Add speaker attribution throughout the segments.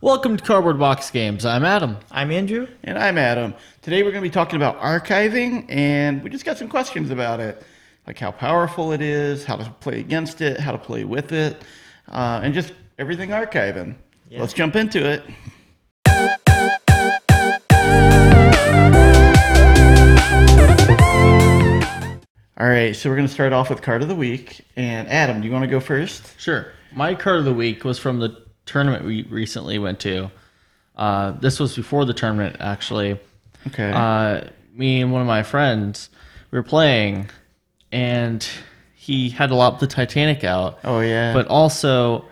Speaker 1: Welcome to Cardboard Box Games. I'm Adam.
Speaker 2: I'm Andrew.
Speaker 3: And I'm Adam. Today we're going to be talking about archiving, and we just got some questions about it, like how powerful it is, how to play against it, how to play with it, uh, and just everything archiving.
Speaker 2: Yeah.
Speaker 3: Let's jump into it. All right, so we're going to start off with card of the week. And Adam, do you want to go first?
Speaker 1: Sure. My card of the week was from the tournament we recently went to. Uh, this was before the tournament, actually.
Speaker 3: Okay.
Speaker 1: Uh, me and one of my friends we were playing, and he had a lot of the Titanic out.
Speaker 3: oh, yeah.
Speaker 1: but also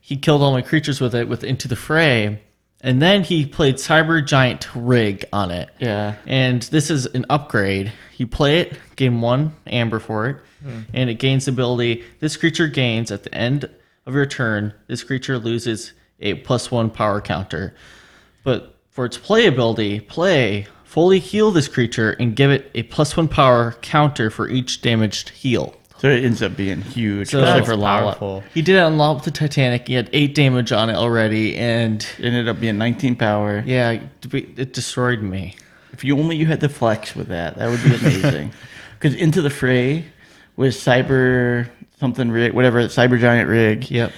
Speaker 1: he killed all my creatures with it with Into the Fray, and then he played Cyber Giant Rig on it.
Speaker 3: yeah.
Speaker 1: And this is an upgrade. You play it, gain one amber for it, and it gains the ability. This creature gains at the end of your turn. This creature loses a plus one power counter. But for its playability, play fully heal this creature and give it a plus one power counter for each damaged heal.
Speaker 3: So it ends up being huge,
Speaker 1: So
Speaker 3: especially
Speaker 2: That's
Speaker 3: for Lala.
Speaker 2: powerful.
Speaker 1: He did it on Lollip the Titanic. He had eight damage on it already, and
Speaker 3: It ended up being 19 power.
Speaker 1: yeah, it destroyed me.
Speaker 3: If you only you had the flex with that, that would be amazing. Because Into the Fray was cyber something rig, whatever cyber giant rig.
Speaker 1: Yep,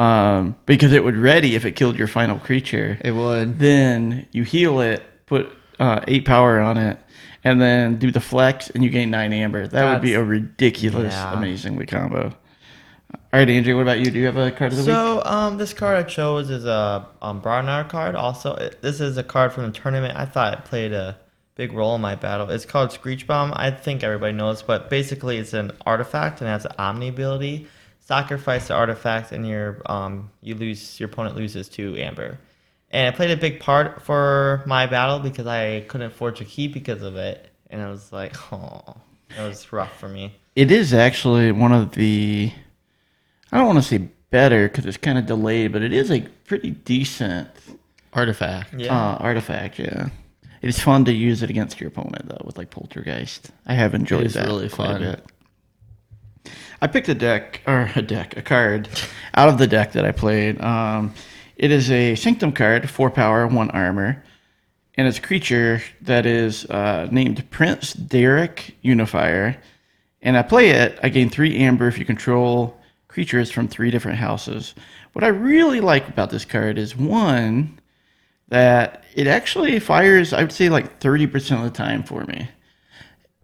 Speaker 3: Um, because it would ready if it killed your final creature.
Speaker 1: it would.
Speaker 3: Then you heal it, put uh, eight power on it, and then do the flex, and you gain nine amber. That would be a
Speaker 2: That's-
Speaker 3: ridiculous,
Speaker 2: Yeah.
Speaker 3: amazing week combo. All right, Andrew, what about you? Do you have a card of the week?
Speaker 2: So um, this card I chose is a um, Barnard card. Also, it, this is a card from the tournament. I thought it played a big role in my battle. It's called Screech Bomb. I think everybody knows, but basically it's an artifact and has an Omni ability. Sacrifice the artifact and your um, you lose your opponent loses two amber. And it played a big part for my battle because I couldn't forge a key because of it, and I was like, oh, that was rough for me.
Speaker 3: It is actually one of the. I don't want to say better because it's kind of delayed, but it is a pretty decent
Speaker 1: Artifact.
Speaker 3: uh, artifact. Yeah, it's fun to use it against your opponent though, with like Poltergeist. I have enjoyed
Speaker 1: is
Speaker 3: that
Speaker 1: really
Speaker 3: quite
Speaker 1: fun.
Speaker 3: a bit. I picked a deck or a deck, a card out of the deck that I played. Um, it is a Sanctum card, four power, one armor, and it's a creature that is uh, named Prince Derek Unifier. And I play it. I gain three amber if you control creatures from three different houses. What I really like about this card is one, that it actually fires, I would say, like 30% of the time for me.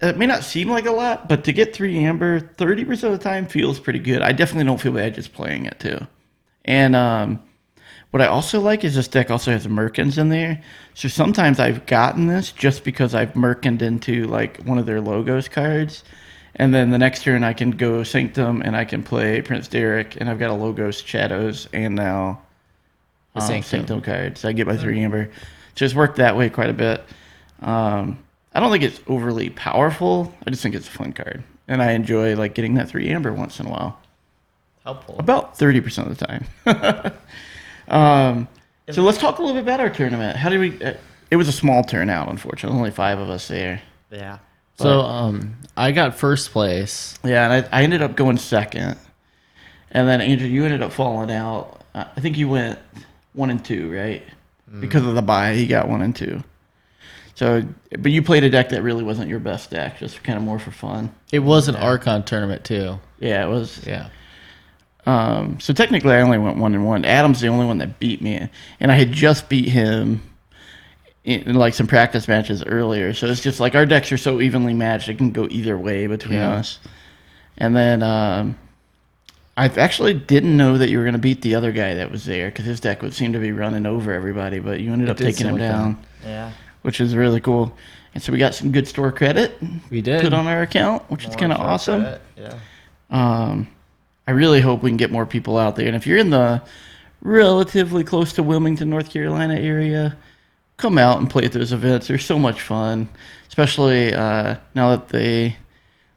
Speaker 3: It may not seem like a lot, but to get three amber 30% of the time feels pretty good. I definitely don't feel bad just playing it too. And um, what I also like is this deck also has Merkins in there. So sometimes I've gotten this just because I've Merkined into like one of their logos cards. And then the next turn I can go Sanctum and I can play Prince Derek and I've got a Logos Shadows and now
Speaker 1: The
Speaker 3: um,
Speaker 1: Sanctum.
Speaker 3: Sanctum card. So I get my three amber. So it's worked that way quite a bit. Um, I don't think it's overly powerful. I just think it's a fun card. And I enjoy like getting that three amber once in a while.
Speaker 2: Helpful.
Speaker 3: About 30% of the time. um, so let's talk a little bit about our tournament. How did we. Uh, it was a small turnout, unfortunately. Only five of us there.
Speaker 2: Yeah.
Speaker 1: So um, I got first place.
Speaker 3: Yeah, and I, I ended up going second. And then, Andrew, you ended up falling out. Uh, I think you went one and two, right? Because of the bye, you got one and two. So, but you played a deck that really wasn't your best deck, just kind of more for fun.
Speaker 1: It was an Archon tournament too.
Speaker 3: Yeah, it was.
Speaker 1: Yeah.
Speaker 3: Um, so technically, I only went one and one. Adam's the only one that beat me, and I had just beat him in, in, like some practice matches earlier. So it's just like our decks are so evenly matched; it can go either way between
Speaker 1: Yeah.
Speaker 3: us. And then um, I actually didn't know that you were going to beat the other guy that was there because his deck would seem to be running over everybody, but you ended up
Speaker 1: did
Speaker 3: taking
Speaker 1: seem
Speaker 3: him
Speaker 1: like that.
Speaker 3: down,
Speaker 2: Yeah.
Speaker 3: which is really cool. And so we got some good store credit
Speaker 1: We did.
Speaker 3: put on our account, which is
Speaker 2: More
Speaker 3: kind of
Speaker 2: shots
Speaker 3: awesome.
Speaker 2: at it, Yeah.
Speaker 3: Um, I really hope we can get more people out there. And if you're in the relatively close to Wilmington, North Carolina area, come out and play at those events. They're so much fun, especially uh, now that they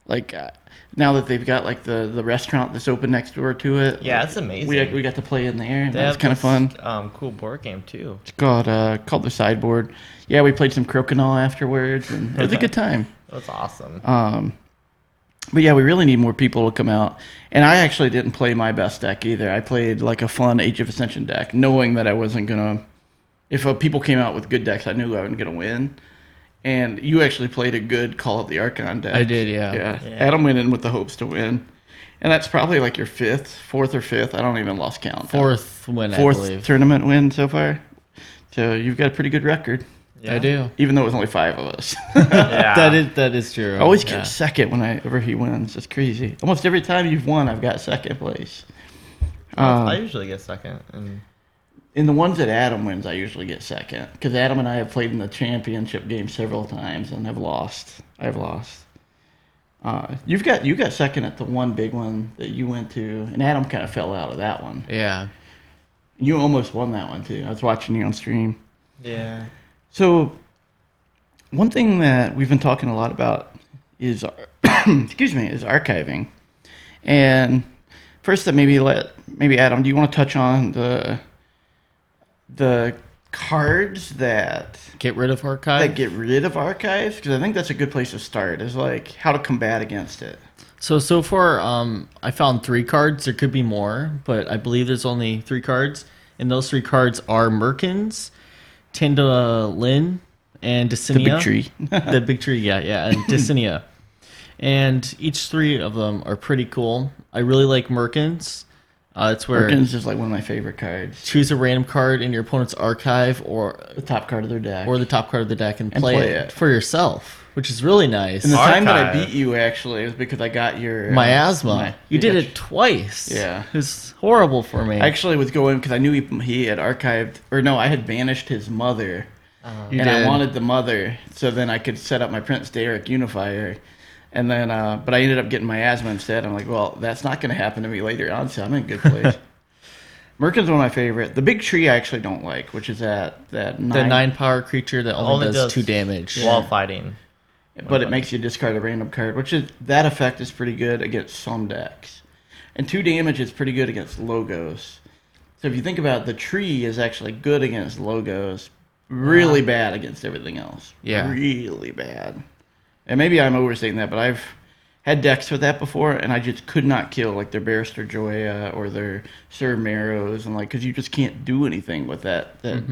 Speaker 3: like uh, now that they've got like the the restaurant that's open next door to it.
Speaker 2: Yeah, it's amazing.
Speaker 3: we we got to play in there. And
Speaker 2: They
Speaker 3: that was
Speaker 2: have
Speaker 3: kind of
Speaker 2: this,
Speaker 3: fun.
Speaker 2: Um, cool board game too.
Speaker 3: It's called uh, called the sideboard. Yeah, we played some crokinole afterwards, and it was a good time.
Speaker 2: That's awesome.
Speaker 3: Um, But yeah, we really need more people to come out. And I actually didn't play my best deck either. I played like a fun Age of Ascension deck, knowing that I wasn't gonna. If uh, people came out with good decks, I knew I wasn't gonna win. And you actually played a good Call of the Archon deck.
Speaker 1: I did, yeah.
Speaker 3: Yeah.
Speaker 2: Yeah.
Speaker 3: Adam went in with the hopes to win, and that's probably like your fifth, fourth or fifth. I don't even lost count. Uh,
Speaker 1: Fourth win, I
Speaker 3: fourth
Speaker 1: believe.
Speaker 3: tournament win so far. So you've got a pretty good record,
Speaker 2: Yeah.
Speaker 1: I do.
Speaker 3: even though it was only five of us.
Speaker 2: Yeah.
Speaker 1: That is that is true.
Speaker 3: I always get
Speaker 1: yeah.
Speaker 3: second whenever he wins. It's crazy. Almost every time you've won, I've got second place.
Speaker 2: I
Speaker 3: Um,
Speaker 2: usually get second. And
Speaker 3: in the ones that Adam wins, I usually get second because Adam and I have played in the championship game several times and have lost. I've lost. Uh, you've got you got second at the one big one that you went to, and Adam kind of fell out of that one.
Speaker 1: Yeah.
Speaker 3: You almost won that one too. I was watching you on stream.
Speaker 2: yeah.
Speaker 3: So, one thing that we've been talking a lot about is, excuse me, is archiving. And first, that maybe let maybe Adam, do you want to touch on the the cards that
Speaker 1: Get rid of archive.
Speaker 3: that get rid of archives? Because I think that's a good place to start. Is like how to combat against it.
Speaker 1: So so far, um, I found three cards. There could be more, but I believe there's only three cards, and those three cards are Merkins, Tinda Lin, and Desinia. the big tree, yeah, yeah, and Desinia. And each three of them are pretty cool. I really like Merkins. Uh, it's where
Speaker 3: Perkins is like one of my favorite cards.
Speaker 1: choose a random card in your opponent's archive or
Speaker 3: The top card of their deck.
Speaker 1: or the top card of the deck and,
Speaker 3: And
Speaker 1: play,
Speaker 3: play
Speaker 1: it,
Speaker 3: it.
Speaker 1: for yourself, which is really nice.
Speaker 3: and the time that I
Speaker 2: Archive.
Speaker 3: beat you actually was because I got your uh,
Speaker 1: Miasma.
Speaker 3: my-
Speaker 1: you did
Speaker 3: got
Speaker 1: it twice.
Speaker 3: Yeah.
Speaker 1: It's horrible for me.
Speaker 3: I actually was going because I knew he, he had archived, or no, I had banished his mother,
Speaker 1: You
Speaker 3: and I
Speaker 1: did.
Speaker 3: wanted the mother so then I could set up my Prince Derek unifier, and then uh, but I ended up getting my asthma instead. I'm like, well, that's not going to happen to me later on, so I'm in a good place. Merkin's one of my favorite. The big tree I actually don't like, which is that that nine,
Speaker 1: the nine power creature that only,
Speaker 2: Only
Speaker 1: does,
Speaker 2: does-
Speaker 1: two damage.
Speaker 2: While fighting.
Speaker 3: but it makes you discard a random card, which is that effect is pretty good against some decks, and two damage is pretty good against logos. So if you think about it, the tree is actually good against logos, really bad against everything else.
Speaker 1: Yeah.
Speaker 3: really bad. And maybe I'm overstating that, but I've had decks with that before, and I just could not kill like their Barrister Joya or their Sir Marrows, and like because you just can't do anything with that that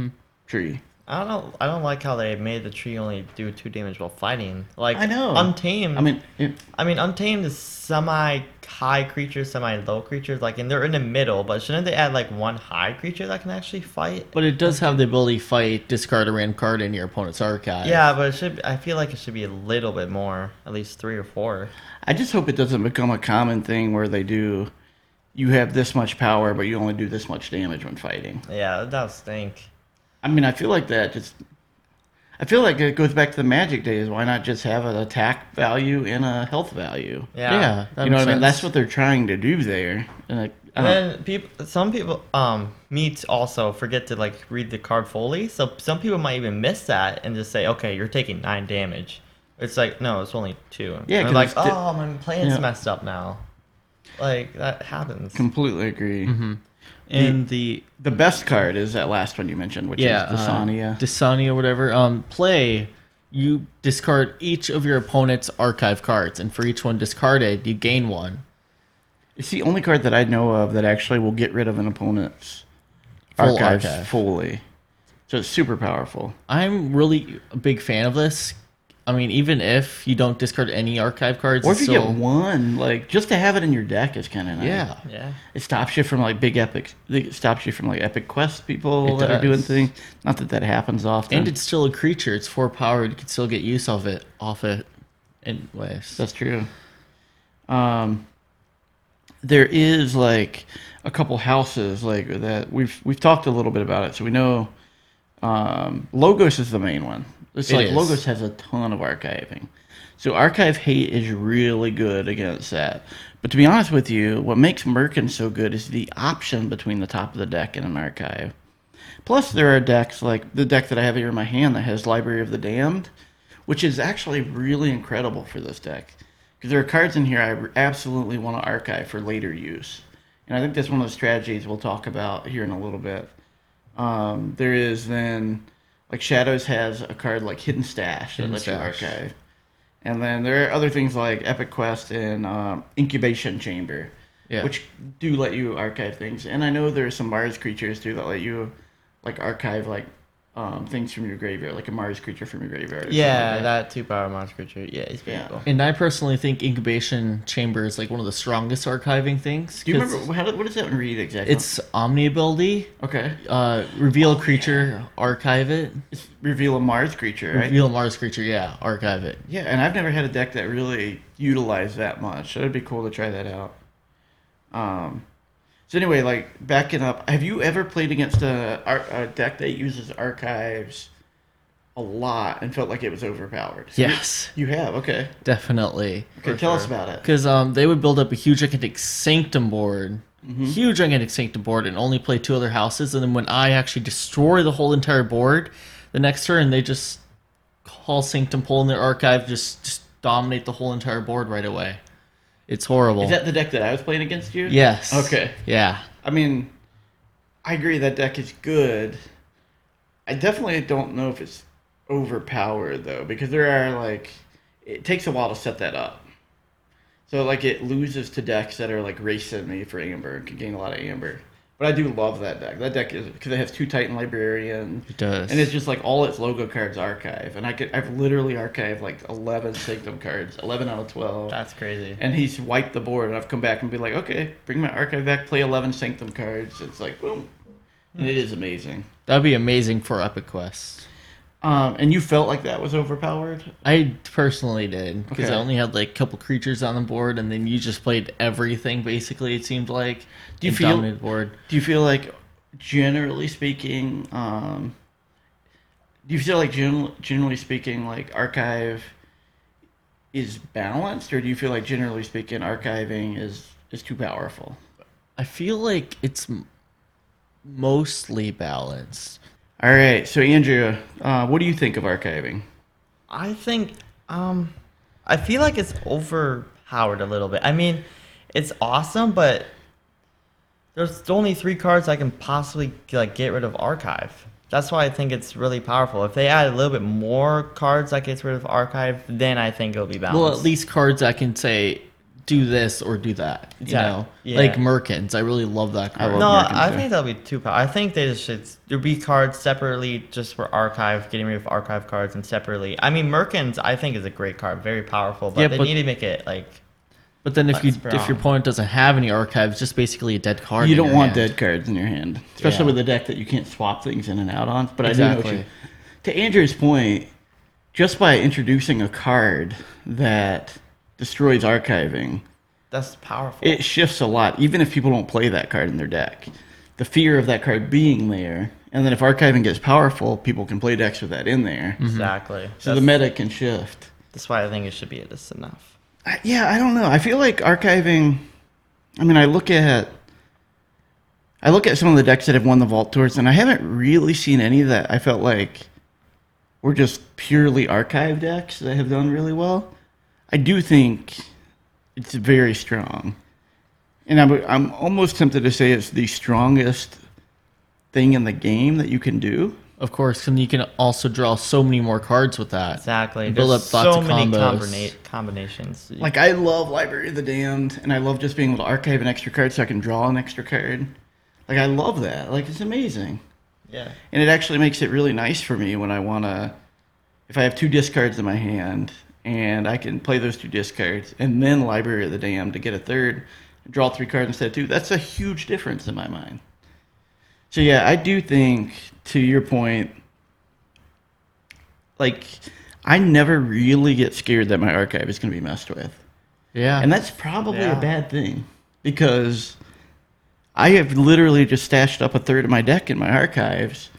Speaker 3: tree.
Speaker 2: I don't know. I don't like how they made the tree only do two damage while fighting. Like
Speaker 3: I know.
Speaker 2: Untamed.
Speaker 3: I mean, it,
Speaker 2: I mean, Untamed is semi high creatures, semi low creatures. Like, and they're in the middle. But shouldn't they add like one high creature that can actually fight?
Speaker 1: But it does have the ability to fight, discard a random card in your opponent's archive.
Speaker 2: Yeah, but it should. I feel like it should be a little bit more, at least three or four.
Speaker 3: I just hope it doesn't become a common thing where they do. You have this much power, but you only do this much damage when fighting.
Speaker 2: Yeah, that would stink.
Speaker 3: I mean, I feel like that just. I feel like it goes back to the magic days. Why not just have an attack value and a health value?
Speaker 2: Yeah.
Speaker 1: Yeah.
Speaker 3: you know what I mean. That's what they're trying to do there. And I, I
Speaker 2: And
Speaker 3: don't-
Speaker 2: then people, some people, um, meets also forget to like read the card fully. So some people might even miss that and just say, okay, you're taking nine damage. It's like no, it's only two.
Speaker 3: Yeah,
Speaker 2: And
Speaker 3: 'cause
Speaker 2: like
Speaker 3: it's di-
Speaker 2: oh, my plan's
Speaker 3: Yeah.
Speaker 2: messed up now. Like that happens.
Speaker 3: completely agree.
Speaker 1: mm-hmm. and the
Speaker 3: The best card is that last one you mentioned, which
Speaker 1: yeah,
Speaker 3: is Dasania.
Speaker 1: uh, Dasani or whatever. Um, play. You discard each of your opponent's archive cards, and for each one discarded, you gain one.
Speaker 3: it's the only card that I know of that actually will get rid of an opponent's
Speaker 1: Full
Speaker 3: archives
Speaker 1: archive.
Speaker 3: fully. So it's super powerful.
Speaker 1: I'm really a big fan of this. I mean, even if you don't discard any archive cards,
Speaker 3: Or if
Speaker 1: it's
Speaker 3: you
Speaker 1: still,
Speaker 3: get one, like just to have it in your deck is kind of nice.
Speaker 1: yeah,
Speaker 2: Yeah.
Speaker 3: it stops you from like big epic. It stops you from like epic quest people
Speaker 1: It
Speaker 3: that are doing
Speaker 1: does.
Speaker 3: things. Not that that happens often.
Speaker 1: and it's still a creature. It's four powered. You can still get use of it off it, anyways.
Speaker 3: that's true. Um, there is like a couple houses like that. We've we've talked a little bit about it, so we know. Um, Logos is the main one. It's
Speaker 1: It
Speaker 3: like
Speaker 1: is.
Speaker 3: Logos has a ton of archiving. So archive hate is really good against that. But to be honest with you, what makes Merkin so good is the option between the top of the deck and an archive. Plus, there are decks like the deck that I have here in my hand that has Library of the Damned, which is actually really incredible for this deck. Because there are cards in here I absolutely want to archive for later use. And I think that's one of the strategies we'll talk about here in a little bit. Um, there is then, like Shadows has a card like Hidden Stash that
Speaker 1: Hidden
Speaker 3: lets you
Speaker 1: Stash.
Speaker 3: archive. And then there are other things like Epic Quest and um, Incubation Chamber,
Speaker 1: Yeah.
Speaker 3: which do let you archive things. And I know there are some Mars creatures too that let you like archive like um, things from your graveyard, like a Mars creature from your graveyard. or something
Speaker 2: Yeah,
Speaker 3: like
Speaker 2: that two power monster creature. Yeah, he's pretty
Speaker 3: Yeah.
Speaker 2: cool.
Speaker 1: And I personally think incubation chamber is like one of the strongest archiving things.
Speaker 3: Do you
Speaker 1: 'cause
Speaker 3: remember how, what does that read exactly?
Speaker 1: It's omni ability.
Speaker 3: okay.
Speaker 1: Uh, reveal creature, archive it.
Speaker 3: It's reveal a Mars creature, right?
Speaker 1: Reveal Mars creature, yeah, archive it.
Speaker 3: Yeah, and I've never had a deck that really utilized that much. So it'd be cool to try that out. Um, so anyway, like backing up, have you ever played against a, ar- a deck that uses archives a lot and felt like it was overpowered?
Speaker 1: Yes,
Speaker 3: You have, okay.
Speaker 1: definitely.
Speaker 3: Okay,
Speaker 2: For
Speaker 3: tell us
Speaker 2: sure.
Speaker 3: about it.
Speaker 1: Because um, they would build up a huge gigantic sanctum board,
Speaker 3: Mm-hmm.
Speaker 1: huge gigantic sanctum board, and only play two other houses. And then when I actually destroy the whole entire board, the next turn they just call sanctum, pull in their archive, just just dominate the whole entire board right away. It's horrible.
Speaker 3: Is that the deck that I was playing against you?
Speaker 1: yes.
Speaker 3: Okay.
Speaker 1: Yeah.
Speaker 3: I mean, I agree that deck is good. I definitely don't know if it's overpowered though, because there are like it takes a while to set that up. So like it loses to decks that are like racing me for amber and can gain a lot of amber. But I do love that deck. That deck is because it has two Titan Librarian,
Speaker 1: It does.
Speaker 3: and it's just like all its logo cards archive. And I could I've literally archived like eleven Sanctum cards, eleven out of twelve
Speaker 2: That's crazy.
Speaker 3: and he's wiped the board. And I've come back and be like, okay, bring my archive back, play 11 Sanctum cards. It's like, boom. And it is amazing.
Speaker 1: That'd be amazing for Epic Quest.
Speaker 3: Um, and you felt like that was overpowered?
Speaker 1: I personally did because
Speaker 3: Okay.
Speaker 1: I only had like a couple creatures on the board, and then you just played everything basically. It seemed like
Speaker 3: Do you
Speaker 1: and
Speaker 3: feel-
Speaker 1: dominated board.
Speaker 3: Do you feel like, generally speaking, um, do you feel like, gen- generally speaking, like archive is balanced? Or do you feel like, generally speaking, archiving is, is too powerful?
Speaker 1: I feel like it's m- mostly balanced.
Speaker 3: All right. So, Andrea, uh, what do you think of archiving?
Speaker 2: I think um I feel like it's overpowered a little bit. I mean, it's awesome, but there's only three cards I can possibly like get rid of archive. That's why I think it's really powerful. If they add a little bit more cards that gets rid of archive, then I think it'll be balanced.
Speaker 1: Well, at least cards I can say do this or do that. You
Speaker 2: Yeah.
Speaker 1: know,
Speaker 2: Yeah.
Speaker 1: like Merkins. I really love that card.
Speaker 3: love
Speaker 2: No,
Speaker 3: American
Speaker 2: I
Speaker 3: Sir.
Speaker 2: think that'll be too powerful. I think they just should there'd be cards separately just for archive, getting rid of archive cards and separately. I mean, Merkins I think is a great card, very powerful, but
Speaker 1: Yeah,
Speaker 2: they
Speaker 1: but-
Speaker 2: need to make it like
Speaker 1: but then if you
Speaker 2: That's
Speaker 1: if your
Speaker 2: brown.
Speaker 1: opponent doesn't have any archives, just basically a dead card.
Speaker 3: You
Speaker 1: in
Speaker 3: don't
Speaker 1: your
Speaker 3: want
Speaker 1: hand.
Speaker 3: dead cards in your hand, especially
Speaker 1: Yeah.
Speaker 3: with a deck that you can't swap things in and out on. But I do know what
Speaker 1: Exactly.
Speaker 3: you, to Andrew's point, just by introducing a card that destroys archiving,
Speaker 2: that's powerful.
Speaker 3: it shifts a lot. Even if people don't play that card in their deck, the fear of that card being there, and then if archiving gets powerful, people can play decks with that in there,
Speaker 1: Mm-hmm.
Speaker 2: exactly.
Speaker 3: so
Speaker 2: that's,
Speaker 3: the meta can shift.
Speaker 2: that's why I think it should be just enough.
Speaker 3: I- yeah, I don't know. I feel like archiving. I mean, I look at I look at some of the decks that have won the vault tours, and I haven't really seen any that I felt like were just purely archive decks that have done really well. I do think it's very strong, and I'm I'm almost tempted to say it's the strongest thing in the game that you can do.
Speaker 1: Of course, and you can also draw so many more cards with that.
Speaker 2: Exactly.
Speaker 1: And build
Speaker 2: There's
Speaker 1: up lots
Speaker 2: so
Speaker 1: of
Speaker 2: many
Speaker 1: combos.
Speaker 2: combina- combinations.
Speaker 3: Like I love Library of the Damned, and I love just being able to archive an extra card so I can draw an extra card. Like I love that. Like it's amazing,
Speaker 2: yeah.
Speaker 3: and it actually makes it really nice for me when I wanna, if I have two discards in my hand and I can play those two discards and then Library of the Damned to get a third, draw three cards instead of two. That's a huge difference in my mind. So yeah, I do think to your point, like I never really get scared that my archive is gonna be messed with.
Speaker 1: Yeah.
Speaker 3: And that's probably a
Speaker 2: Yeah.
Speaker 3: bad thing because I have literally just stashed up a third of my deck in my archives,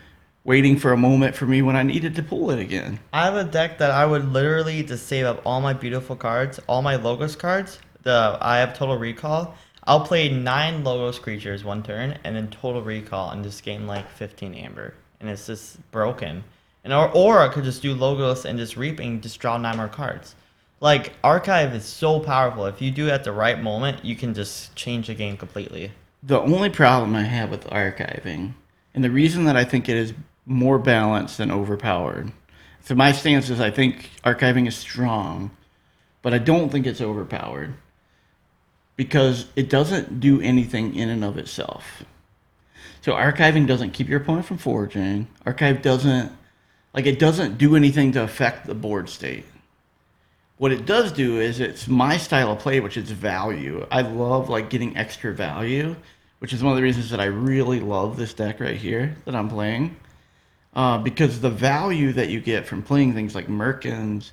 Speaker 3: waiting for a moment for me when I needed to pull it again.
Speaker 2: I have a deck that I would literally just save up all my beautiful cards, all my logos cards. The I have total recall. I'll play nine logos creatures one turn, and then total recall, and just gain like fifteen amber, and it's just broken. And or or I could just do logos and just reap and just draw nine more cards. Like archive is so powerful. If you do it at the right moment, you can just change the game completely.
Speaker 3: The only problem I have with archiving, and the reason that I think it is more balanced than overpowered, so my stance is I think archiving is strong, but I don't think it's overpowered because it doesn't do anything in and of itself. So archiving doesn't keep your opponent from foraging. Archive doesn't like it doesn't do anything to affect the board state. What it does do is it's my style of play, which is value. I love like getting extra value, which is one of the reasons that I really love this deck right here that I'm playing. Uh, because the value that you get from playing things like Merkins,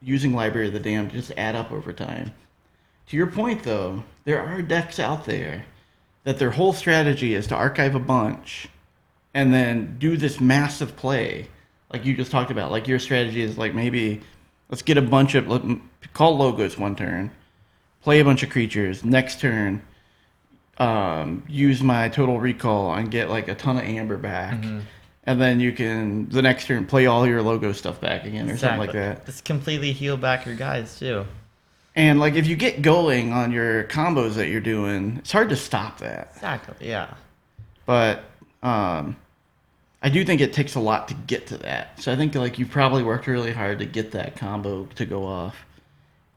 Speaker 3: using Library of the Damned, just add up over time. To your point, though, there are decks out there that their whole strategy is to archive a bunch and then do this massive play, like you just talked about. Like your strategy is like maybe let's get a bunch of let- call logos one turn, play a bunch of creatures next turn, um, use my total recall and get like a ton of amber back. And then you can the next turn play all your logo stuff back again or something like that.
Speaker 2: Just completely heal back your guys too.
Speaker 3: And like if you get going on your combos that you're doing, it's hard to stop that.
Speaker 2: Exactly. Yeah.
Speaker 3: But um, I do think it takes a lot to get to that. So I think like you probably worked really hard to get that combo to go off.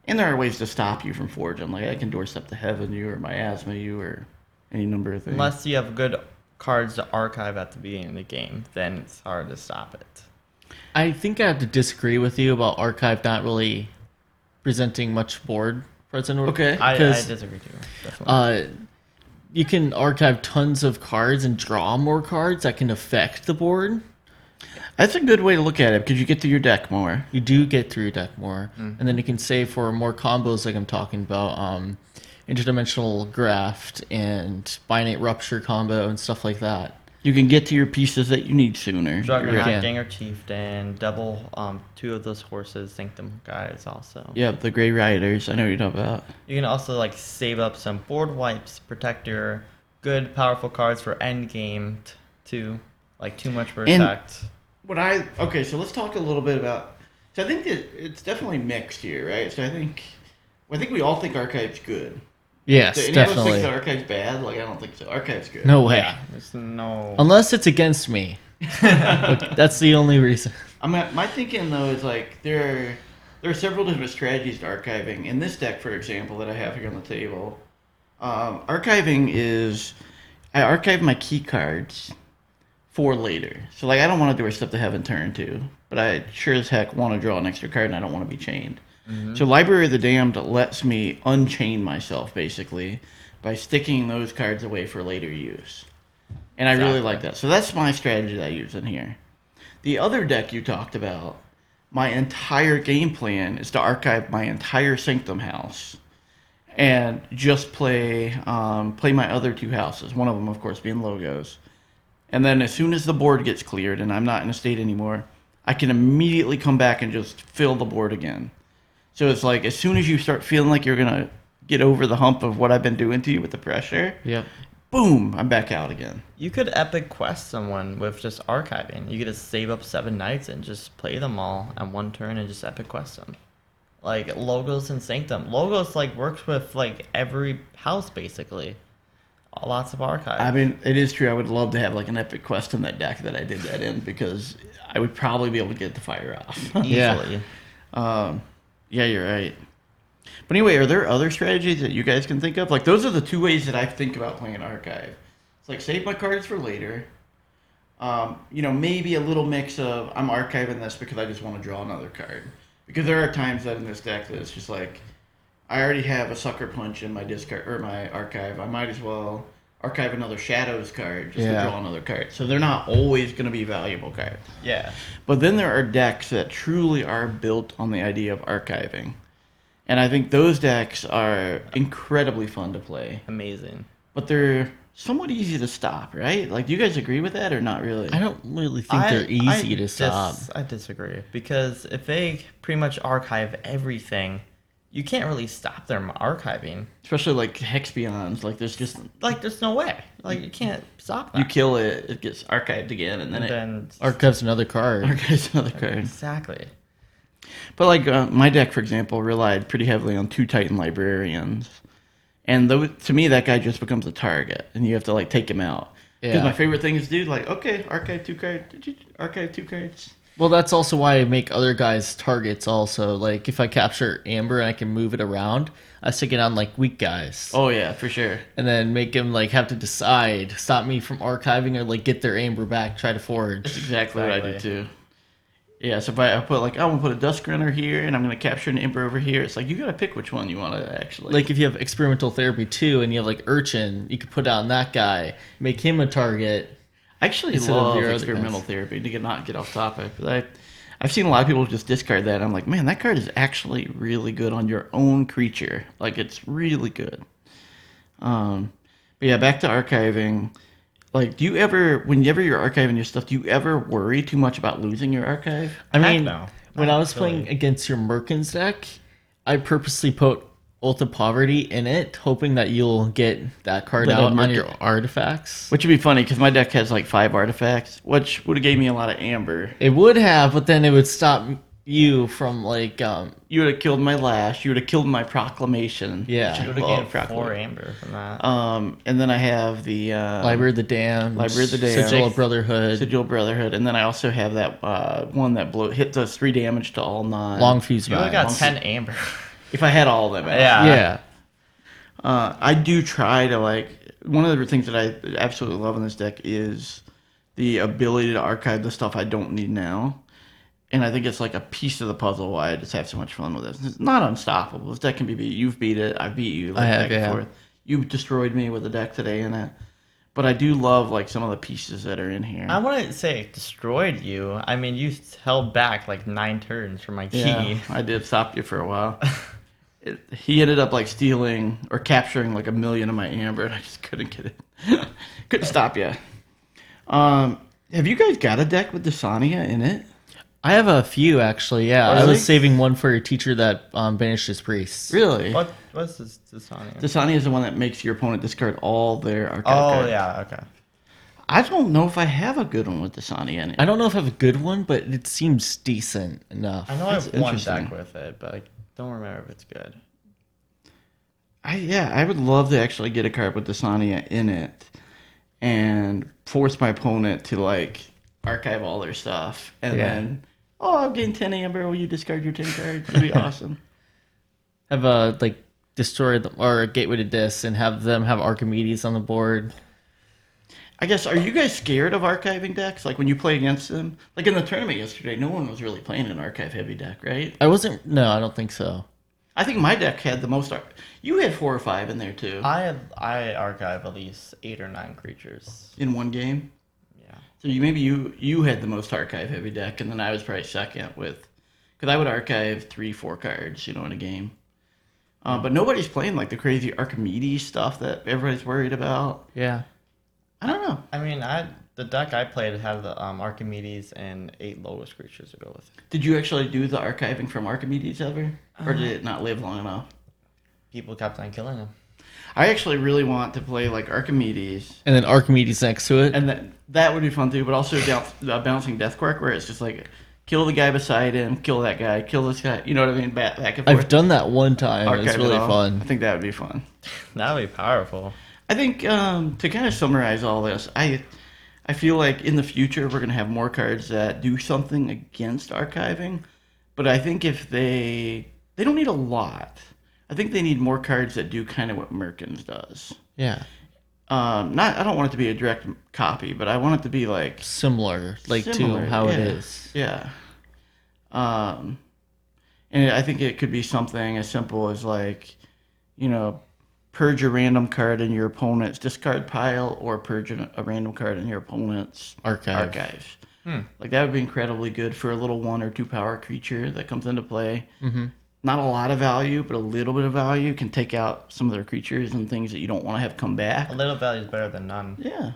Speaker 3: And there are ways to stop you from forging. Like I can doorstep to heaven you or miasma you or any number of things.
Speaker 2: Unless you have good cards to archive at the beginning of the game, then it's hard to stop it.
Speaker 1: I think I have to disagree with you about Archive not really presenting much board present.
Speaker 3: Okay.
Speaker 2: I, I
Speaker 1: Because,
Speaker 2: disagree too. Definitely.
Speaker 3: um,
Speaker 1: uh, you can archive tons of cards and draw more cards that can affect the board.
Speaker 3: That's a good way to look at it because you get to your deck more.
Speaker 1: You do get through your deck more, and then you can save for more combos, like I'm talking about, um, interdimensional graft and binate rupture combo and stuff like that.
Speaker 3: You can get to your pieces that you need sooner.
Speaker 2: Juggernaut,
Speaker 1: yeah.
Speaker 2: Ganger Chieftain, double um, two of those horses, Sanctum guys also.
Speaker 3: Yeah, the Grey Riders. I know what you're talking about.
Speaker 2: You can also like save up some board wipes, protect your good powerful cards for end game t- too. Like too much
Speaker 3: And-
Speaker 2: protect.
Speaker 3: What I okay, so let's talk a little bit about. So I think that it's definitely mixed here, right? So I think, I think we all think archive's good.
Speaker 1: Yes,
Speaker 3: So anyone else
Speaker 1: definitely.
Speaker 3: thinks that archive's bad? Like I don't think so. Archive's good.
Speaker 1: No way.
Speaker 2: There's no.
Speaker 1: Unless it's against me. Like, that's the only reason.
Speaker 3: I'm at, my thinking though is like there, are, there are several different strategies to archiving. In this deck, for example, that I have here on the table, um, archiving is I archive my key cards for later. So like I don't want to do a step to heaven turn two, but I sure as heck want to draw an extra card and I don't want to be chained. So Library of the Damned lets me unchain myself basically by sticking those cards away for later use. And I really like that. So that's my strategy that I use in here. The other deck you talked about, my entire game plan is to archive my entire Sanctum house and just play um, play my other two houses. One of them, of course, being logos. And then as soon as the board gets cleared and I'm not in a state anymore, I can immediately come back and just fill the board again. So it's like as soon as you start feeling like you're gonna get over the hump of what I've been doing to you with the pressure,
Speaker 1: Yep.
Speaker 3: boom, I'm back out again.
Speaker 2: You could epic quest someone with just archiving. You could just save up seven nights and just play them all on one turn and just epic quest them. Like logos and sanctum. Logos like works with like every house basically. Lots of archive.
Speaker 3: I mean, it is true. I would love to have like an epic quest in that deck that I did that in because I would probably be able to get the fire off.
Speaker 1: Yeah.
Speaker 2: easily.
Speaker 3: um, yeah, you're right. But anyway, are there other strategies that you guys can think of? Like those are the two ways that I think about playing an archive. It's like save my cards for later. Um, you know, maybe a little mix of I'm archiving this because I just want to draw another card. Because there are times that in this deck that it's just like I already have a sucker punch in my discard or my archive. I might as well archive another shadows card just
Speaker 1: Yeah.
Speaker 3: to draw another card. So they're not always going to be valuable cards.
Speaker 2: Yeah.
Speaker 3: But then there are decks that truly are built on the idea of archiving. And I think those decks are incredibly fun to play.
Speaker 2: Amazing.
Speaker 3: But they're somewhat easy to stop, right? Like, do you guys agree with that or not really?
Speaker 1: I don't really think they're easy to
Speaker 2: dis-
Speaker 1: stop.
Speaker 2: I disagree because if they pretty much archive everything, you can't really stop them archiving.
Speaker 3: Especially like Hex Beyonds. Like, there's just,
Speaker 2: Like there's no way. Like you can't stop that.
Speaker 3: you kill it, it gets archived again, and then
Speaker 2: and
Speaker 3: it
Speaker 2: then
Speaker 1: Archive's another card.
Speaker 3: archives another card.
Speaker 2: exactly.
Speaker 3: But like uh, my deck, for example, relied pretty heavily on two Titan librarians, and tho- to me, that guy just becomes a target, and you have to like take him out. Because
Speaker 1: Yeah.
Speaker 3: my favorite thing is, dude, like okay, archive two cards, archive two cards.
Speaker 1: Well, that's also why I make other guys targets. Also, like if I capture Amber and I can move it around, I stick it on like weak guys,
Speaker 3: Oh yeah, for sure.
Speaker 1: and then make them like have to decide, stop me from archiving or like get their Amber back, try to forge.
Speaker 3: That's exactly, what I do
Speaker 2: Exactly.
Speaker 3: too. Yeah, so if I, I put like I'm gonna put a dusk runner here and I'm gonna capture an ember over here, it's like you gotta pick which one you wanna actually
Speaker 1: Like if you have experimental therapy too, and you have like urchin, you could put on that guy, make him a target.
Speaker 3: I actually
Speaker 1: instead of
Speaker 3: love
Speaker 1: your other
Speaker 3: experimental
Speaker 1: guys.
Speaker 3: therapy to get, not get off topic, but I I've seen a lot of people just discard that. I'm like, man, that card is actually really good on your own creature. Like it's really good. Um but yeah, back to archiving. Like, do you ever, whenever you're archiving your stuff, do you ever worry too much about losing your archive?
Speaker 1: I
Speaker 2: Heck
Speaker 1: mean,
Speaker 2: no.
Speaker 1: when
Speaker 2: Not
Speaker 1: I was playing
Speaker 2: really.
Speaker 1: against your Merkins deck, I purposely put Oath of Poverty in it, hoping that you'll get that card
Speaker 3: Little
Speaker 1: out on
Speaker 3: Merkin.
Speaker 1: your artifacts.
Speaker 3: Which would be funny because my deck has like five artifacts, which would have gave me a lot of amber.
Speaker 1: It would have, but then it would stop you from like um
Speaker 3: You would have killed my lash. You would have killed my proclamation.
Speaker 1: Yeah.
Speaker 3: which I
Speaker 1: You
Speaker 2: Would
Speaker 3: love
Speaker 2: have gained four
Speaker 3: proclamation.
Speaker 2: amber from that.
Speaker 3: Um, and then I have the uh,
Speaker 1: Library of the Dam,
Speaker 3: Library of the Damned.
Speaker 1: Sigil of Brotherhood,
Speaker 3: Sigil Brotherhood, and then I also have that uh, one that blow hit does three damage to all nine.
Speaker 1: Long Fuse
Speaker 2: you
Speaker 1: Vine.
Speaker 2: only got ten amber.
Speaker 3: If I had all of them, I'd
Speaker 2: yeah.
Speaker 1: yeah,
Speaker 3: Uh, I do try to like one of the things that I absolutely love in this deck is the ability to archive the stuff I don't need now, and I think it's like a piece of the puzzle why I just have so much fun with this. It's not unstoppable. This deck can be beat. You've beat it. I beat you. Like,
Speaker 1: I have,
Speaker 3: back and
Speaker 1: yeah.
Speaker 3: forth. You destroyed me with a deck today in it, but I do love like some of the pieces that are in here.
Speaker 2: I wouldn't say it destroyed you. I mean, you held back like nine turns from my key.
Speaker 3: Yeah, I did stop you for a while. It, he ended up like stealing or capturing like a million of my amber, and I just couldn't get it. couldn't stop you. Um, have you guys got a deck with Dasania in it?
Speaker 1: I have a few actually. Yeah, I
Speaker 3: Really?
Speaker 1: was saving one for your teacher that um, banished his priest.
Speaker 3: Really?
Speaker 2: What? What's this? This on here?
Speaker 3: Dasania is the one that makes your opponent discard all their arcade
Speaker 2: Oh
Speaker 3: cards.
Speaker 2: yeah. Okay.
Speaker 3: I don't know if I have a good one with Dasania in it.
Speaker 1: I don't know if I have a good one, but it seems decent enough.
Speaker 2: I know I
Speaker 3: That's
Speaker 2: have one
Speaker 3: interesting.
Speaker 2: deck with it, but I don't remember if it's good.
Speaker 3: I yeah, I would love to actually get a card with Dasania in it and force my opponent to like archive all their stuff and
Speaker 1: Yeah.
Speaker 3: then oh I'll gain ten amber, will you discard your ten cards? It'd be awesome.
Speaker 1: Have a like destroy the, or a gateway to dis and have them have Archimedes on the board.
Speaker 3: I guess are you guys scared of archiving decks? Like when you play against them? Like in the tournament yesterday, no one was really playing an archive heavy deck, right?
Speaker 1: I wasn't. No, I don't think so.
Speaker 3: I think my deck had the most ar- you had four or five in there too.
Speaker 2: I have, I archive at least eight or nine creatures.
Speaker 3: in one game.
Speaker 2: Yeah.
Speaker 3: So you, maybe you you had the most archive heavy deck, and then I was probably second with, because I would archive three, four cards, you know, in a game. Uh, but nobody's playing like the crazy Archimedes stuff that everybody's worried about.
Speaker 1: Yeah.
Speaker 3: I don't know.
Speaker 2: I mean, I the deck I played had the um, Archimedes and eight lowest creatures to go with.
Speaker 3: Did you actually do the archiving from Archimedes ever, or did it not live long enough?
Speaker 2: People kept on killing them.
Speaker 3: I actually really want to play like Archimedes,
Speaker 1: And then Archimedes next to it.
Speaker 3: and that that would be fun too. But also down, uh, bouncing Death Quirk, where it's just like kill the guy beside him, kill that guy, kill this guy. You know what I mean? Back, back and forth.
Speaker 1: I've done that one time.
Speaker 3: Archive
Speaker 1: It's
Speaker 3: it
Speaker 1: really
Speaker 3: all. I
Speaker 1: fun.
Speaker 3: think that would be fun.
Speaker 2: That would be powerful.
Speaker 3: I think um, to kind of summarize all this, I I feel like in the future we're going to have more cards that do something against archiving, but I think if they they don't need a lot. I think they need more cards that do kind of what Merkins does.
Speaker 1: Yeah.
Speaker 3: Um, not I don't want it to be a direct copy, but I want it to be like
Speaker 1: Similar, like
Speaker 3: Similar,
Speaker 1: to how it
Speaker 3: yeah.
Speaker 1: is.
Speaker 3: Yeah. Um, and I think it could be something as simple as like, you know, purge a random card in your opponent's discard pile, or purge an- a random card in your opponent's
Speaker 1: Archive. Hmm.
Speaker 3: archives. Like that would be incredibly good for a little one or two power creature that comes into play. Mm-hmm. Not a lot of value, but a little bit of value can take out some of their creatures and things that you don't want to have come back.
Speaker 2: A little value is better than none.
Speaker 3: Yeah.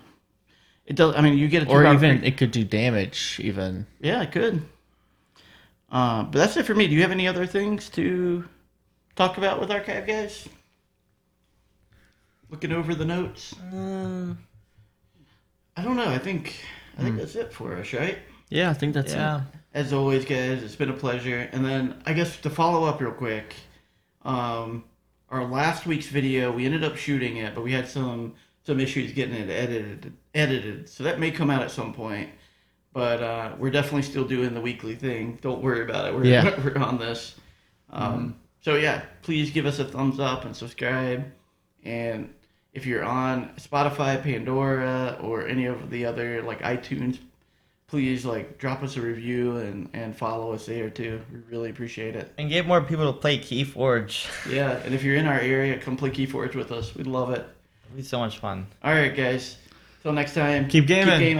Speaker 3: It does. I mean, you get a
Speaker 1: Or
Speaker 3: two-power
Speaker 1: even it could do damage. Even
Speaker 3: yeah, I could. Uh, but that's it for me. Do you have any other things to talk about with Archive guys? Looking over the notes. I don't know. I think I think that's it for us, right?
Speaker 1: yeah, I think that's
Speaker 2: Yeah.
Speaker 3: As always, guys, it's been a pleasure. And then I guess to follow up real quick, um, our last week's video we ended up shooting it, but we had some some issues getting it edited edited, so that may come out at some point. But uh, we're definitely still doing the weekly thing. Don't worry about it. We're,
Speaker 1: Yeah.
Speaker 3: we're on this. Um, So, yeah, please give us a thumbs up and subscribe. And if you're on Spotify, Pandora, or any of the other, like iTunes, please like drop us a review and, and follow us there too. We really appreciate it.
Speaker 2: And get more people to play Keyforge.
Speaker 3: Yeah, and if you're in our area, come play Keyforge with us. We'd love it.
Speaker 2: It'd be so much fun.
Speaker 3: All right, guys. Till next time.
Speaker 1: Keep gaming.
Speaker 3: Keep gaming.